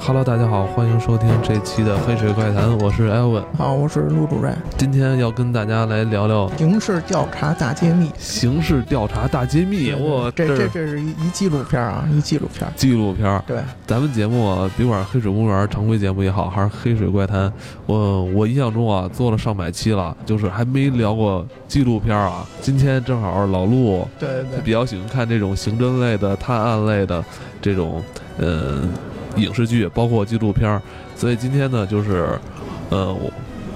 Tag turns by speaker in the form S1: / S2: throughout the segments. S1: Hello，大家好，欢迎收听这期的《黑水怪谈》，我是艾文。
S2: 好，啊我是陆主任。
S1: 今天要跟大家来聊聊
S2: 刑事调查大揭秘，
S1: 刑事调查大揭秘。我
S2: 这这
S1: 是
S2: 这是一一纪录片啊，一纪录片。
S1: 纪录片儿。
S2: 对，
S1: 咱们节目啊，别管是黑水公园常规节目也好，还是黑水怪谈，我我印象中啊，做了上百期了，就是还没聊过纪录片儿啊。今天正好老陆
S2: 对
S1: 他
S2: 对
S1: 比较喜欢看这种刑侦类的、探案类的这种呃影视剧，包括纪录片儿。所以今天呢，就是呃，我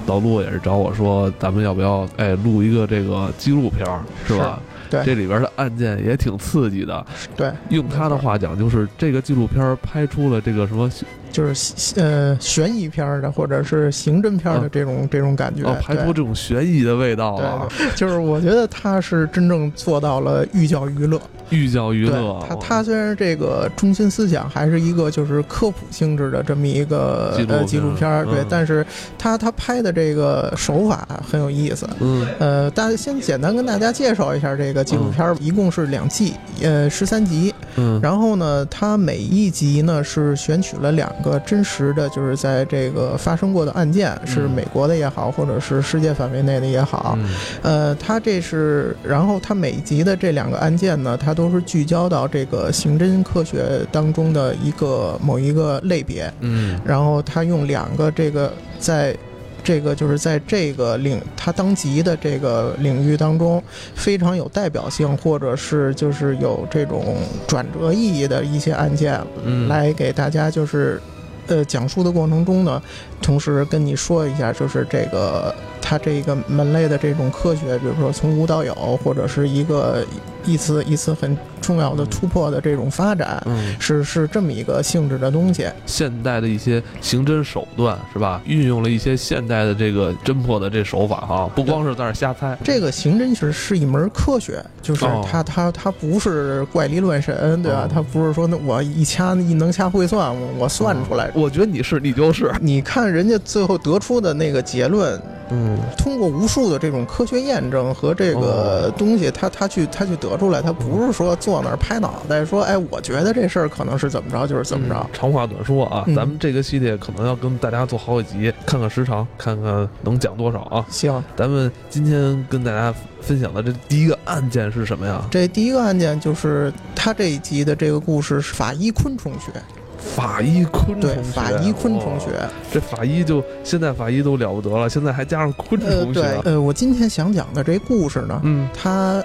S1: 老陆也是找我说，咱们要不要哎录一个这个纪录片儿，是吧？
S2: 对
S1: 这里边的案件也挺刺激的。
S2: 对，
S1: 用他的话讲，就是这个纪录片儿拍出了这个什么
S2: 就是呃悬疑片儿的或者是刑侦片儿的
S1: 啊
S2: 这种、这种感觉，
S1: 啊，拍出这种悬疑的味道
S2: 对
S1: 啊
S2: 对，对，就是我觉得他是真正做到了寓教于乐。
S1: 寓教于
S2: 对
S1: 乐啊。
S2: 他他虽然这个中心思想还是一个就是科普性质的这么一个
S1: 纪录
S2: 呃纪录
S1: 片
S2: 片儿，对
S1: 嗯，
S2: 但是他他拍的这个手法很有意思。
S1: 嗯
S2: 呃，大家先简单跟大家介绍一下这个纪录片儿，一共是两季，呃，十三集。
S1: 嗯，
S2: 然后呢，它每一集呢是选取了两个真实的，就是在这个发生过的案件，是美国的也好，或者是世界范围内的也好。
S1: 嗯
S2: 呃，它这是，然后它每集的这两个案件呢，它都是聚焦到这个刑侦科学当中的一个某一个类别。
S1: 嗯
S2: 然后他用两个这个在。这个就是在这个领他当级的这个领域当中非常有代表性，或者是就是有这种转折意义的一些案件，
S1: 嗯，
S2: 来给大家就是，呃，讲述的过程中呢，同时跟你说一下，就是这个它这个门类的这种科学，比如说从无到有，或者是一个一次一次很重要的突破的这种发展，
S1: 嗯。
S2: 是是这么一个性质的东西。
S1: 现代的一些刑侦手段是吧？运用了一些现代的这个侦破的这手法哈、不光是在那儿瞎猜。
S2: 这个刑侦是是一门科学，就是
S1: 哦
S2: 它、它它不是怪力乱神，对吧？
S1: 哦
S2: 它不是说那我一掐一能掐会算，我我算出来。
S1: 我觉得你是你就是，
S2: 你看人家最后得出的那个结论，
S1: 嗯
S2: 通过无数的这种科学验证和这个
S1: 哦
S2: 东西，他他去他去得出来，他不是说坐那儿拍脑袋说，哎，我觉得这事儿可能是怎么着，就是怎么着。
S1: 嗯长话短说啊，
S2: 嗯
S1: 咱们这个系列可能要跟大家做好几集，看看时长，看看能讲多少啊。
S2: 行，
S1: 咱们今天跟大家分享的这第一个案件是什么呀？
S2: 这第一个案件就是他这一集的这个故事是法医昆虫学，
S1: 法医昆虫
S2: 对
S1: 学，，哦
S2: 法医昆虫学。
S1: 哇这法医就现在法医都了不得了，现在还加上昆
S2: 呃，
S1: 虫学，
S2: 对，呃，我今天想讲的这故事呢，
S1: 嗯
S2: 它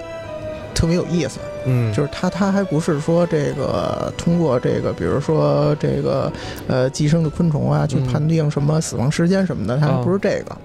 S2: 特别有意思，
S1: 嗯，
S2: 就是它它还不是说这个通过这个，比如说这个呃寄生的昆虫啊，去
S1: 嗯
S2: 判定什么死亡时间什么的，它
S1: 啊
S2: 还不是这个，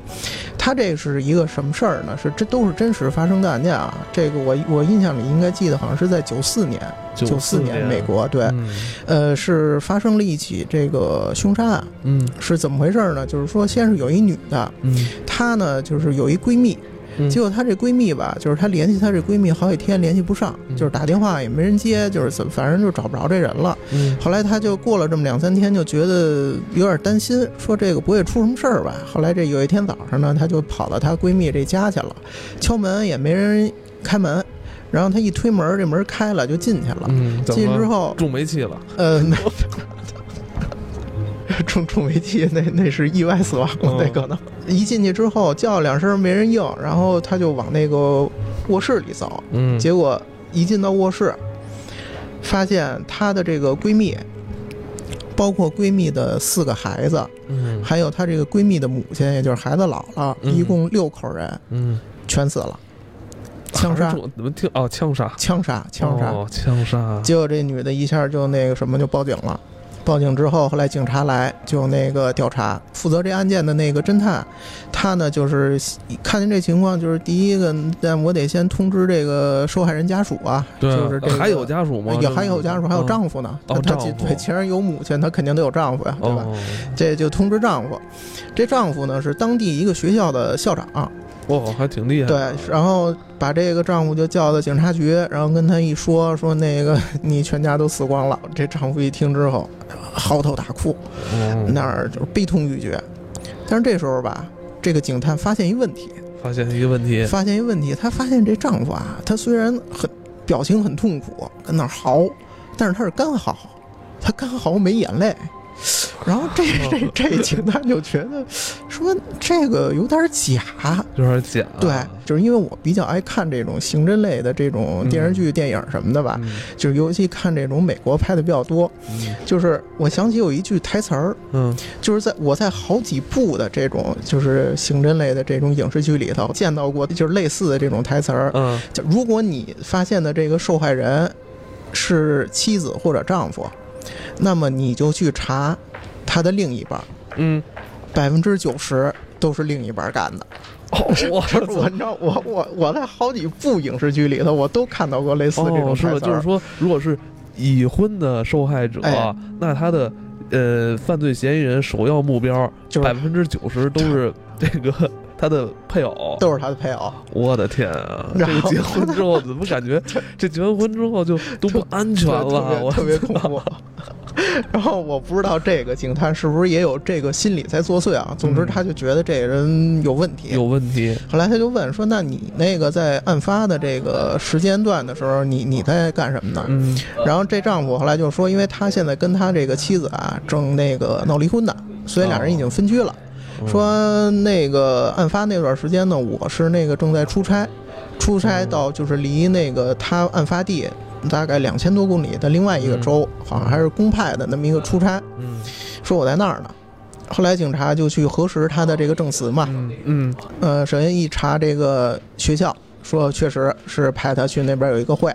S2: 它这是一个什么事儿呢？是这都是真实发生的案件啊。这个我我印象里应该记得好像是在九四年，九四
S1: 四
S2: 年美国对，
S1: 嗯
S2: 呃是发生了一起这个凶杀案，
S1: 嗯
S2: 是怎么回事儿呢？就是说先是有一女的，
S1: 嗯
S2: 她呢就是有一闺蜜。
S1: 嗯，
S2: 结果她这闺蜜吧，就是她联系她这闺蜜好几天联系不上
S1: 嗯，
S2: 就是打电话也没人接，就是怎么反正就找不着这人了。
S1: 嗯
S2: 后来她就过了这么两三天，就觉得有点担心，说这个不会出什么事儿吧？后来这有一天早上呢，她就跑到她闺蜜这家去了，敲门也没人开门，然后她一推门，这门开了就进去了。
S1: 嗯，
S2: 进去之后，
S1: 中煤气了，
S2: 呃， 没重重危机，那那是意外死亡了，那
S1: 嗯
S2: 可能。一进去之后叫两声没人应，然后他就往那个卧室里走，
S1: 嗯
S2: 结果一进到卧室，发现她的这个闺蜜，包括闺蜜的四个孩子，
S1: 嗯
S2: 还有她这个闺蜜的母亲，也就是孩子姥姥，
S1: 嗯
S2: 一共六口人
S1: 嗯，
S2: 全死了，枪杀，
S1: 怎么听？哦，枪杀，
S2: 枪杀，枪杀。
S1: 哦，枪杀，
S2: 结果这女的一下就那个什么就报警了。报警之后，后来警察来就那个调查，负责这案件的那个侦探，他呢就是看见这情况，就是第一个，但我得先通知这个受害人家属啊，
S1: 对啊，
S2: 就是这个
S1: 还有家属吗？
S2: 也还有家属，还有丈夫呢，
S1: 哦
S2: 那他
S1: 丈夫
S2: 对，既然有母亲，他肯定得有丈夫呀，
S1: 夫
S2: 对吧？
S1: 哦，
S2: 这就通知丈夫，这丈夫呢是当地一个学校的校长，
S1: 哇，哦还挺厉害，
S2: 对，然后把这个丈夫就叫到警察局，然后跟他一说，说那个你全家都死光了。这丈夫一听之后，嚎啕大哭，
S1: 哦，
S2: 那儿就是悲痛欲绝。但是这时候吧，这个警探发现一问题，
S1: 发现一个问题，
S2: 发现一问题，他发现这丈夫啊，他虽然很表情很痛苦，跟那儿嚎，但是他是干嚎，他干嚎没眼泪。然后这这这警探就觉得说这个有点假，
S1: 有点假。
S2: 嗯对，就是因为我比较爱看这种刑侦类的这种电视剧、电影什么的吧，
S1: 嗯
S2: 就是尤其看这种美国拍的比较多。
S1: 嗯
S2: 就是我想起有一句台词儿，
S1: 嗯
S2: 就是在我在好几部的这种就是刑侦类的这种影视剧里头见到过，就是类似的这种台词儿。
S1: 嗯
S2: 就如果你发现的这个受害人是妻子或者丈夫，那么你就去查他的另一半，
S1: 嗯，
S2: 百分之九十都是另一半干的。
S1: 哦，我
S2: 就是 我，你知道，我我我在好几部影视剧里头，我都看到过类似这种
S1: 哦，是
S2: 台
S1: 吧？
S2: 词
S1: 就是
S2: 儿。
S1: 说，如果是已婚的受害者，
S2: 哎
S1: 那他的呃犯罪嫌疑人首要目标
S2: 就是
S1: 百分之九十都 是这个他的配偶。
S2: 都是他的配偶，
S1: 我的天啊！这
S2: 然
S1: 个
S2: 后
S1: 结婚之后怎么感 觉这结完婚之后就都不安全
S2: 对
S1: 了？我
S2: 特别特别恐怖。 然后我不知道这个警探是不是也有这个心理在作祟啊？总之，
S1: 嗯
S2: 他就觉得这个人有问题。
S1: 有问题。
S2: 后来他就问说：“那你那个在案发的这个时间段的时候，你你在干什么呢？”
S1: 嗯
S2: 然后这丈夫后来就说：“因为他现在跟他这个妻子啊正那个闹离婚呢，所以俩人已经分居了。
S1: 嗯
S2: 说那个案发那段时间呢，我是那个正在出差，出差到就是离那个他案发地大概两千多公里的另外一个州，好像还是公派的那么一个出差，
S1: 嗯
S2: 说我在那儿呢。”后来警察就去核实他的这个证词嘛，
S1: 嗯嗯
S2: 呃，首先一查这个学校，说确实是派他去那边有一个会，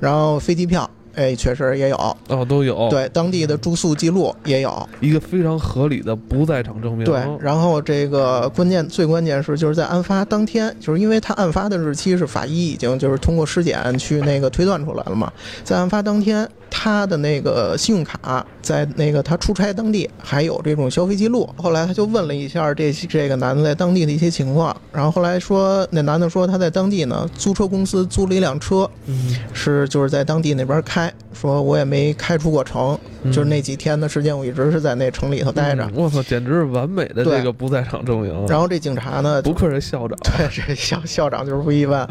S2: 然后飞机票，哎，确实也有，
S1: 哦都有，
S2: 对，当地的住宿记录也有，
S1: 一个非常合理的不在场证明。哦
S2: 对，然后这个关键最关键是就是在案发当天，就是因为他案发的日期是法医已经就是通过尸检去那个推断出来了嘛，在案发当天，他的那个信用卡在那个他出差当地还有这种消费记录。后来他就问了一下这这个男的在当地的一些情况，然后后来说那男的说他在当地呢租车公司租了一辆车，
S1: 嗯，
S2: 是就是在当地那边开，说我也没开出过城，
S1: 嗯
S2: 就是那几天的时间我一直是在那城里头待着。
S1: 嗯我操，简直是完美的
S2: 对
S1: 这个不在场证明。
S2: 然后这警察呢，
S1: 不愧是校长，
S2: 对，这校校长就是不一般。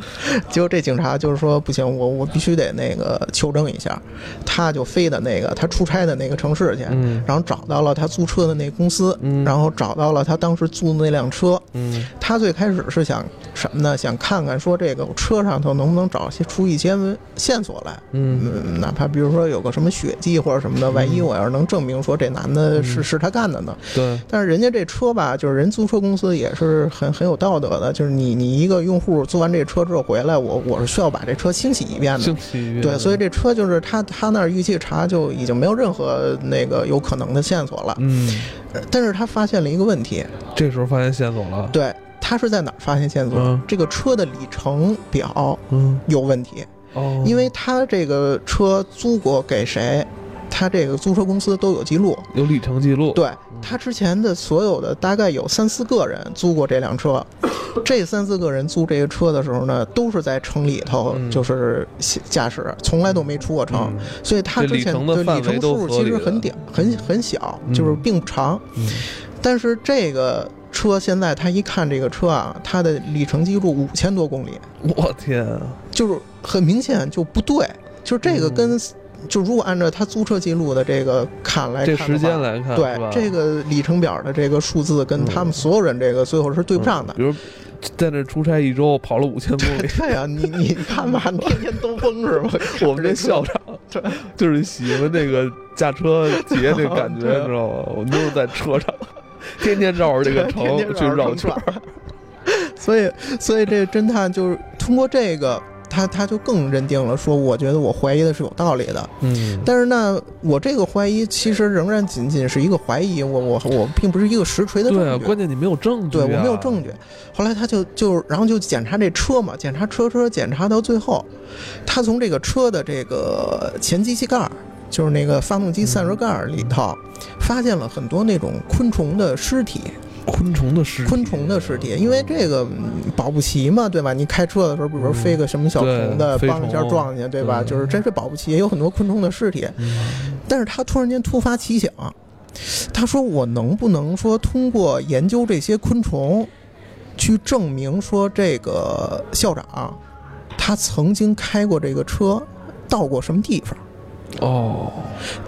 S2: 结果这警察就是说不行，我我必须得那个求证一下。他就飞到那个他出差的那个城市去，
S1: 嗯
S2: 然后找到了他租车的那公司，
S1: 嗯
S2: 然后找到了他当时租的那辆车。
S1: 嗯
S2: 他最开始是想什么呢？想看看说这个车上头能不能找些出一些线索来。
S1: 嗯
S2: 嗯，哪怕比如说有个什么血迹或者什么的，万一我要是能证明说这男的是、
S1: 嗯
S2: 是他干的呢？
S1: 对，
S2: 但是人家这车吧，就是人租车公司也是很很有道德的，就是你你一个用户租完这车之后回来，我我是需要把这车清洗一遍的
S1: 星。期一
S2: 嗯对，所以这车就是他他那儿预计查就已经没有任何那个有可能的线索了，
S1: 嗯，
S2: 呃但是他发现了一个问题，
S1: 这时候发现线索了，
S2: 对他是在哪儿发现线索？
S1: 嗯
S2: 这个车的里程表
S1: 嗯
S2: 有问题，
S1: 哦，
S2: 因为他这个车租过给谁，他这个租车公司都有记录，
S1: 有里程记录，，
S2: 对他之前的所有的大概有三四个人租过这辆 车，这三四个人租这个车的时候呢，都是在城里头
S1: 嗯
S2: 就是驾驶，从来都没出过城，
S1: 嗯
S2: 所以他
S1: 这
S2: 之
S1: 里
S2: 前
S1: 程的
S2: 对
S1: 范
S2: 里
S1: 围
S2: 程
S1: 都
S2: 数
S1: 合
S2: 其
S1: 理的
S2: 实很点很很小，就是
S1: 嗯
S2: 并不长。
S1: 嗯
S2: 但是这个车现在他一看这个车啊，它的里程记录五千多公里，
S1: 我天啊，
S2: 就是很明显就不对，就是
S1: 嗯
S2: 这个跟、就如果按照他租车记录的这个看来看
S1: 这
S2: 的话，
S1: 时间来看，是吧嗯
S2: 对这个里程表的这个数字跟他们所有人这个最后是对不上的
S1: 嗯。比如在那出差一周，跑了五千公里，
S2: 对呀、啊你你看 吧，你天天都崩是吧？
S1: 我们这校长
S2: 对
S1: 就是喜欢那个驾车节那感觉，
S2: 对
S1: 你知道吗？我们都是在车上，天天绕着 这个城
S2: 天天
S1: 去绕圈儿，
S2: 转。所以，所以这侦探就是通过这个，他他就更认定了说，我觉得我怀疑的是有道理的。
S1: 嗯，
S2: 但是呢，我这个怀疑其实仍然仅仅是一个怀疑，我我我并不是一个实锤的证
S1: 对
S2: 据。
S1: 啊，关键你没有证据、
S2: 对
S1: 啊，
S2: 我没有证据。后来他就就然后就检查这车嘛，检查车车检查到最后，他从这个车的这个前机器盖儿，就是那个发动机散热盖儿里头，发现了很多那种昆虫的尸体，
S1: 昆虫的尸体，
S2: 昆虫的尸体，因为这个嗯保不齐嘛，对吧？你开车的时候，比如说飞个什么小虫
S1: 嗯对
S2: 的，
S1: 飞
S2: 帮一下
S1: 虫
S2: 撞去，对吧？
S1: 对
S2: 就是真是保不齐，也有很多昆虫的尸体。但是他突然间突发奇想，他说：“我能不能说通过研究这些昆虫，去证明说这啊个校长他曾经开过这个车，到过什么地方？
S1: 哦，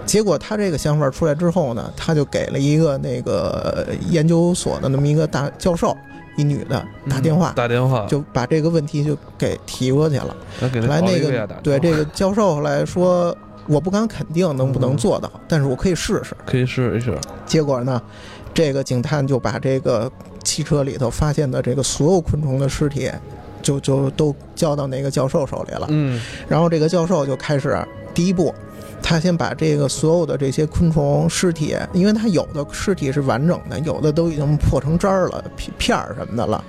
S2: 结果他这个想法出来之后呢，他就给了一个那个研究所的那么一个大教授，一女的打电话，
S1: 嗯打电话
S2: 就把这个问题就给提过去了。
S1: 那给
S2: 后来
S1: 奥
S2: 那
S1: 利维亚
S2: 个
S1: 打电话
S2: 对这个教授后来说，我不敢肯定能
S1: 嗯
S2: 不能做到，但是我可以试试。
S1: 可以试一试，
S2: 结果呢，这个警探就把这个汽车里头发现的这个所有昆虫的尸体，就就都交到那个教授手里了。
S1: 嗯
S2: 然后这个教授就开始第一步，他先把这个所有的这些昆虫尸体，因为他有的尸体是完整的，有的都已经破成渣儿了、片片儿什么的了，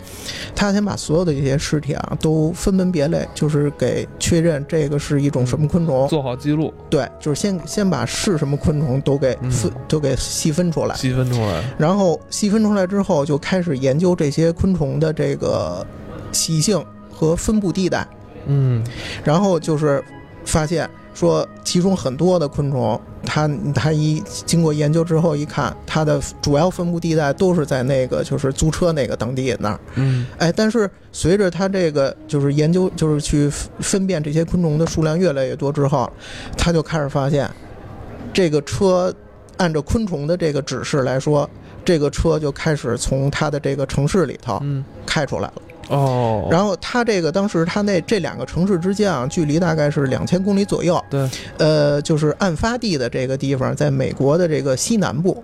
S2: 他先把所有的这些尸体啊都分门别类，就是给确认这个是一种什么昆虫。
S1: 做好记录，
S2: 对，就是先先把是什么昆虫都给
S1: 嗯
S2: 分、都给细分出来。
S1: 细分出来，
S2: 然后细分出来之后，就开始研究这些昆虫的这个习性和分布地带，
S1: 嗯，
S2: 然后就是发现说，其中很多的昆虫，它它一经过研究之后一看，它的主要分布地带都是在那个就是租车那个等地那儿。
S1: 嗯，
S2: 哎，但是随着它这个就是研究，就是去分分辨这些昆虫的数量越来越多之后，他就开始发现，这个车按照昆虫的这个指示来说，这个车就开始从它的这个城市里头
S1: 嗯，
S2: 开出来了。
S1: 哦，后
S2: 然后它这个当时它那这两个城市之间啊，距离大概是两千公里左右。
S1: 对，
S2: 呃，就是案发地的这个地方，在美国的这个西南部。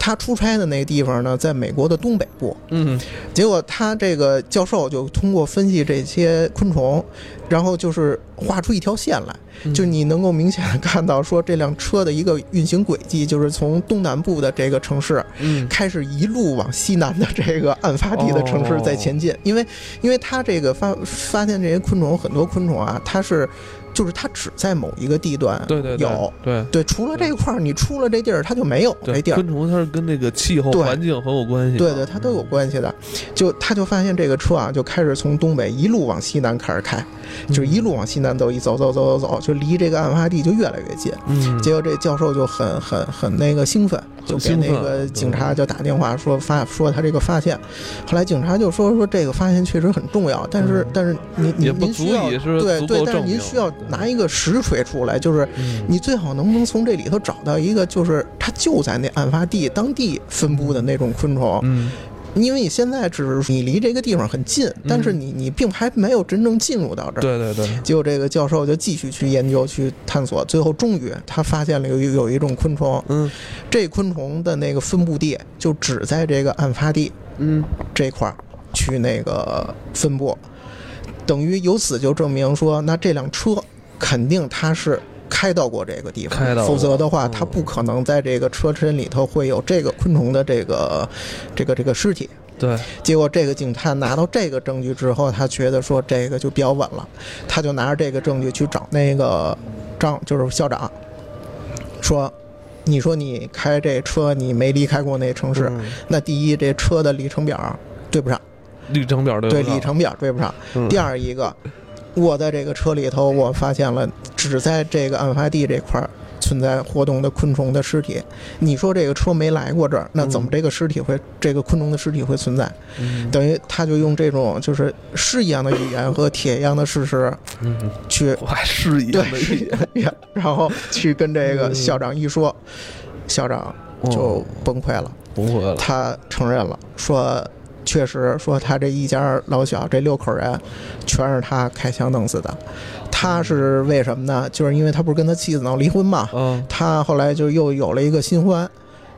S2: 他出差的那个地方呢，在美国的东北部。
S1: 嗯，
S2: 结果他这个教授就通过分析这些昆虫，然后就是画出一条线来，
S1: 嗯
S2: 就你能够明显的看到说这辆车的一个运行轨迹，就是从东南部的这个城市
S1: 嗯，
S2: 开始一路往西南的这个案发地的城市在前
S1: 哦
S2: 进，因为因为他这个发发现这些昆虫很多昆虫啊，它是就是它只在某一个地段
S1: 对对对
S2: 有。
S1: 对。
S2: 对，除了这块儿，你出了这地儿，它就没有
S1: 对
S2: 这地儿。
S1: 昆虫它是跟那个气候
S2: 对
S1: 环境很有关系。
S2: 对对，它都
S1: 嗯
S2: 有关系的。就他就发现这个车啊，就开始从东北一路往西南开始开，就是
S1: 嗯
S2: 一路往西南走，一走走走走走，就离这个案发地就越来越近。
S1: 嗯，
S2: 结果这教授就很很很那个兴奋，就给
S1: 兴奋
S2: 那个警察就打电话说发说他这个发现，后来警察就说说这个发现确实很重要，但是
S1: 嗯
S2: 但是您
S1: 也
S2: 您
S1: 不
S2: 您
S1: 足
S2: 需要
S1: 以是
S2: 对
S1: 足
S2: 对
S1: 够，
S2: 但是
S1: 证
S2: 您
S1: 明
S2: 需要拿一个实锤出来，就是
S1: 嗯
S2: 你最好能不能从这里头找到一个，就是它就在那案发地当地分布的那种昆虫，
S1: 嗯
S2: 因为你现在只是你离这个地方很近，但是你你并还没有真正进入到这儿。
S1: 对对对，
S2: 结果这个教授就继续去研究、去探索，最后终于他发现了有一有一种昆虫，
S1: 嗯
S2: 这昆虫的那个分布地就只在这个案发地
S1: 嗯，
S2: 这块儿去那个分布，等于由此就证明说，那这辆车肯定它是开到过这个地
S1: 开
S2: 方，
S1: 到过
S2: 否则的话，
S1: 嗯
S2: 它不可能在这个车身里头会有这个昆虫的这个这个这个尸体。
S1: 对，
S2: 结果这个警探拿到这个证据之后，他觉得说这个就比较稳了，他就拿着这个证据去找那个张，就是校长，说：“你说你开这车，你没离开过那城市，
S1: 嗯
S2: 那第一，这车的里程表对不上，
S1: 里程表对
S2: 对
S1: 不上
S2: 里程表对不上。
S1: 嗯
S2: 第二一个，我在这个车里头，我发现了只在这个案发地这块儿存在活动的昆虫的尸体。你说这个车没来过这儿，那怎么这个尸体会、这个昆虫的尸体会存在？
S1: 嗯
S2: 等于他就用这种就是诗一样的语言和铁一样的事实
S1: 嗯，
S2: 去
S1: 我还是一
S2: 对诗一样的语言，然后去跟这个
S1: 嗯
S2: 校长一说，校长 就崩溃了，
S1: 哦不会了，
S2: 他承认了，说确实说他这一家老小这六口人全是他开枪弄死的，他是为什么呢？就是因为他不是跟他妻子闹离婚嘛，
S1: 嗯
S2: 他后来就又有了一个新欢。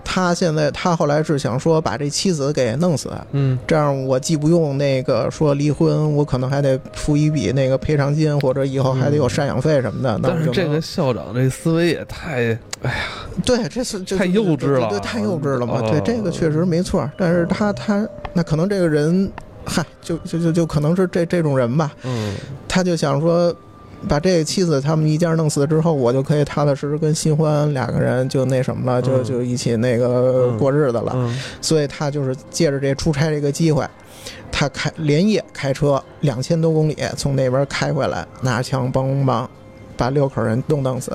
S2: 他现在，他后来是想说把这妻子给弄死，
S1: 嗯
S2: 这样我既不用那个说离婚，我可能还得付一笔那个赔偿金，或者以后还得有赡养费什么的。那我
S1: 嗯但是
S2: 就
S1: 这
S2: 能
S1: 个校长这思维也太
S2: 对，这是这
S1: 太幼稚了
S2: 对，对太幼稚了嘛。
S1: 哦
S2: 对，这个确实没错儿。但是他他那可能这个人，嗨，就就就就可能是这这种人吧，
S1: 嗯
S2: 他就想说。把这个妻子他们一家弄死之后，我就可以踏踏实实跟新欢俩个人就那什么了，就
S1: 嗯
S2: 就一起那个
S1: 嗯
S2: 过日子了。
S1: 嗯
S2: 所以他就是借着这出差这个机会，他开连夜开车两千多公里从那边开回来，拿枪梆梆梆，把六口人都弄死。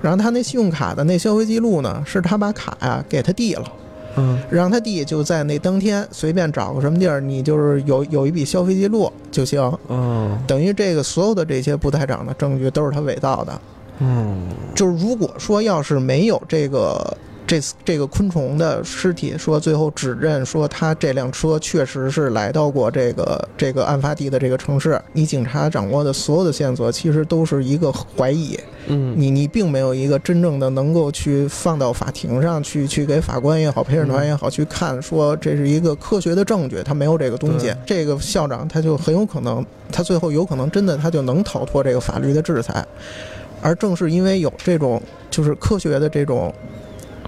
S2: 然后他那信用卡的那消费记录呢，是他把卡呀、给他弟了，
S1: 嗯
S2: 让他弟就在那当天随便找个什么地儿，你就是有有一笔消费记录就行。
S1: 嗯
S2: 等于这个所有的这些不在场的证据都是他伪造的，
S1: 嗯
S2: 就是如果说要是没有这个这这个昆虫的尸体，说最后指认说他这辆车确实是来到过这个这个案发地的这个城市，你警察掌握的所有的线索其实都是一个怀疑，
S1: 嗯
S2: 你你并没有一个真正的能够去放到法庭上去去给法官也好，陪审
S1: 嗯
S2: 团也好去看，说这是一个科学的证据，他没有这个东西
S1: 对。
S2: 这个校长他就很有可能，他最后有可能真的他就能逃脱这个法律的制裁，而正是因为有这种就是科学的这种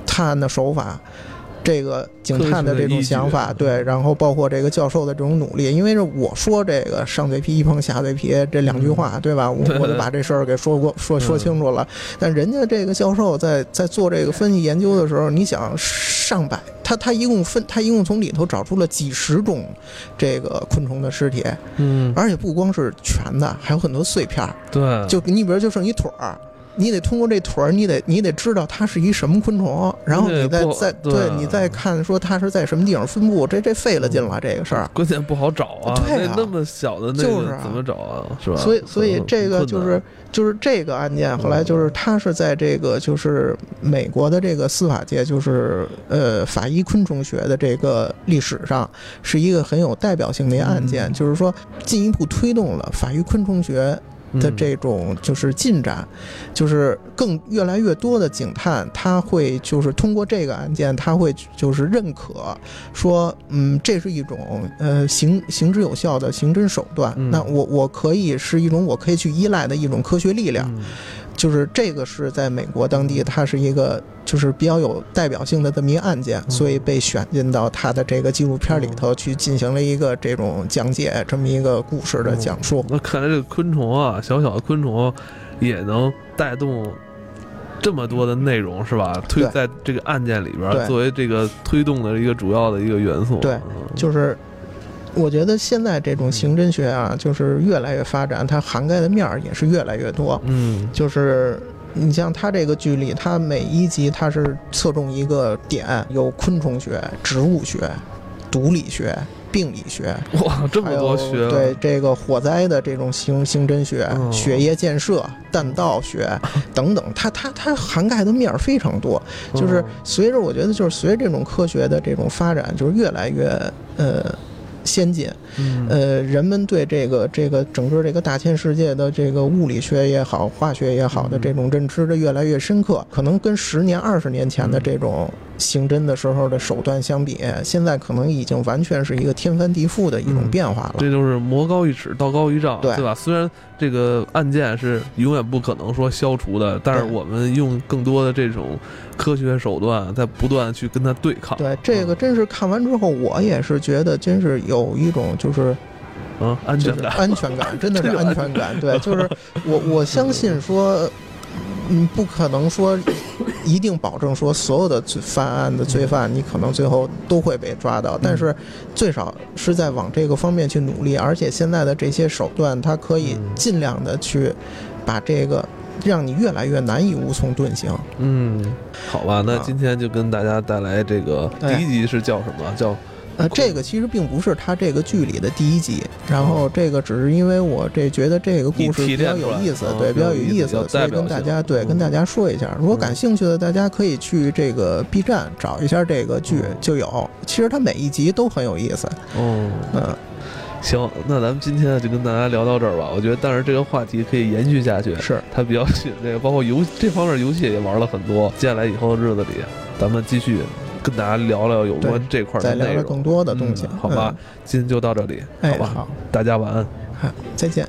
S2: 探案的手法。这个警探的这种想法，
S1: 科学的依
S2: 对，
S1: 据嗯
S2: 然后包括这个教授的这种努力，因为是我说这个上嘴皮一碰下嘴皮这两句
S1: 嗯
S2: 话，对吧？我
S1: 对
S2: 我就把这事儿给说过说
S1: 嗯
S2: 说清楚了，但人家这个教授在在做这个分析研究的时候，你想上百，他他一共分他一共从里头找出了几十种这个昆虫的尸体，
S1: 嗯，
S2: 而且不光是全的，还有很多碎片儿。
S1: 对，
S2: 就你比如就剩一腿儿。你得通过这腿儿，你得你得知道它是一什么昆虫，然后
S1: 你得
S2: 你再
S1: 过
S2: 再
S1: 对
S2: 对你再看说它是在什么地方分布，这这费了劲
S1: 嗯
S2: 了这个事儿。
S1: 关键不好找啊，
S2: 对啊
S1: 那那么小的那
S2: 就是
S1: 个
S2: 啊
S1: 怎么找啊？是吧？
S2: 所以，所以
S1: 很
S2: 这个就
S1: 很
S2: 是
S1: 困啊嗯
S2: 就是这个案件，后来就是他是在这个就是美国的这个司法界，就是呃法医昆虫学的这个历史上是一个很有代表性的一个案件，
S1: 嗯
S2: 就是说进一步推动了法医昆虫学
S1: 难
S2: 的
S1: 嗯
S2: 这种就是进展，就是更越来越多的警探他会就是通过这个案件，他会就是认可说，嗯，这是一种呃行行之有效的刑侦手段。
S1: 嗯
S2: 那我我可以是一种我可以去依赖的一种科学力量，
S1: 嗯
S2: 就是这个是在美国当地它是一个就是比较有代表性的这么一个案件，
S1: 嗯哦
S2: 所以被选进到他的这个纪录片里头去进行了一个这种讲解，这么一个故事
S1: 哦
S2: 的讲述。
S1: 那看来这个昆虫啊，小小的昆虫也能带动这么多的内容，是吧？推
S2: 对
S1: 在这个案件里边儿
S2: 对
S1: 作为这个推动的一个主要的一个元素。啊
S2: 对就是我觉得现在这种刑侦学啊，就是越来越发展，它涵盖的面儿也是越来越多。
S1: 嗯
S2: 就是你像它这个剧里，它每一集它是侧重一个点，有昆虫学、植物学、毒理学、病理学，
S1: 嗯，哇，这么多学问
S2: 还有对这个火灾的这种刑刑侦学、
S1: 嗯
S2: 血液建设、弹道 学等等，它它它涵盖的面儿非常多。就是
S1: 嗯
S2: 随着我觉得就是随着这种科学的这种发展，就是越来越呃先进，
S1: 嗯
S2: 呃，人们对这个这个整个这个大千世界的这个物理学也好、化学也好
S1: 嗯
S2: 的这种认知的越来越深刻，可能跟十年、二十年前的这种刑侦的时候的手段相比，现在可能已经完全是一个天翻地覆的一种
S1: 嗯
S2: 变化了。
S1: 这就是魔高一尺，道高一丈，
S2: 对
S1: 吧？虽然这个案件是永远不可能说消除的，但是
S2: 对
S1: 我们用更多的这种科学手段，在不断地去跟它对抗。
S2: 对，这个真是看完之后，我也是觉得真是有一种就是
S1: 嗯，安
S2: 就
S1: 全
S2: 是
S1: 感。
S2: 安全感，真的 是
S1: 这种
S2: 安全感。对，就是我我相信说，嗯，不可能说一定保证说所有的罪犯案的
S1: 嗯
S2: 罪犯，你可能最后都会被抓到，但是最少是在往这个方面去努力。而且现在的这些手段，它可以
S1: 嗯
S2: 尽量的去把这个让你越来越难以无从遁形。
S1: 嗯，好吧，那
S2: 啊
S1: 今天就跟大家带来这个
S2: 对
S1: 第一集是叫什么？叫
S2: 呃，这个其实并不是它这个剧里的第一集，然后这个只是因为我这觉得这个故事比较有意思
S1: 你提炼出来，
S2: 对，
S1: 嗯
S2: 比较有
S1: 比
S2: 意
S1: 较有
S2: 思
S1: 意，思
S2: 所以跟大家对
S1: 嗯
S2: 跟大家说一下，如果感兴趣的，大家可以去这个 B 站找一下这个剧
S1: 嗯
S2: 就有。其实它每一集都很有意思，
S1: 哦，
S2: 嗯，
S1: 行，那咱们今天就跟大家聊到这儿吧。我觉得，但是这个话题可以延续下去，
S2: 是，
S1: 它比较是那个，包括游这方面游戏也玩了很多。接下来以后的日子里，咱们继续跟大家聊聊有关这块儿
S2: 再
S1: 的
S2: 聊
S1: 内
S2: 聊
S1: 容。
S2: 更多的东西
S1: 嗯，好吧，今天就到这里，
S2: 嗯？
S1: 好
S2: 哎，
S1: 吧，
S2: 好，
S1: 大家晚安。
S2: 好，再见。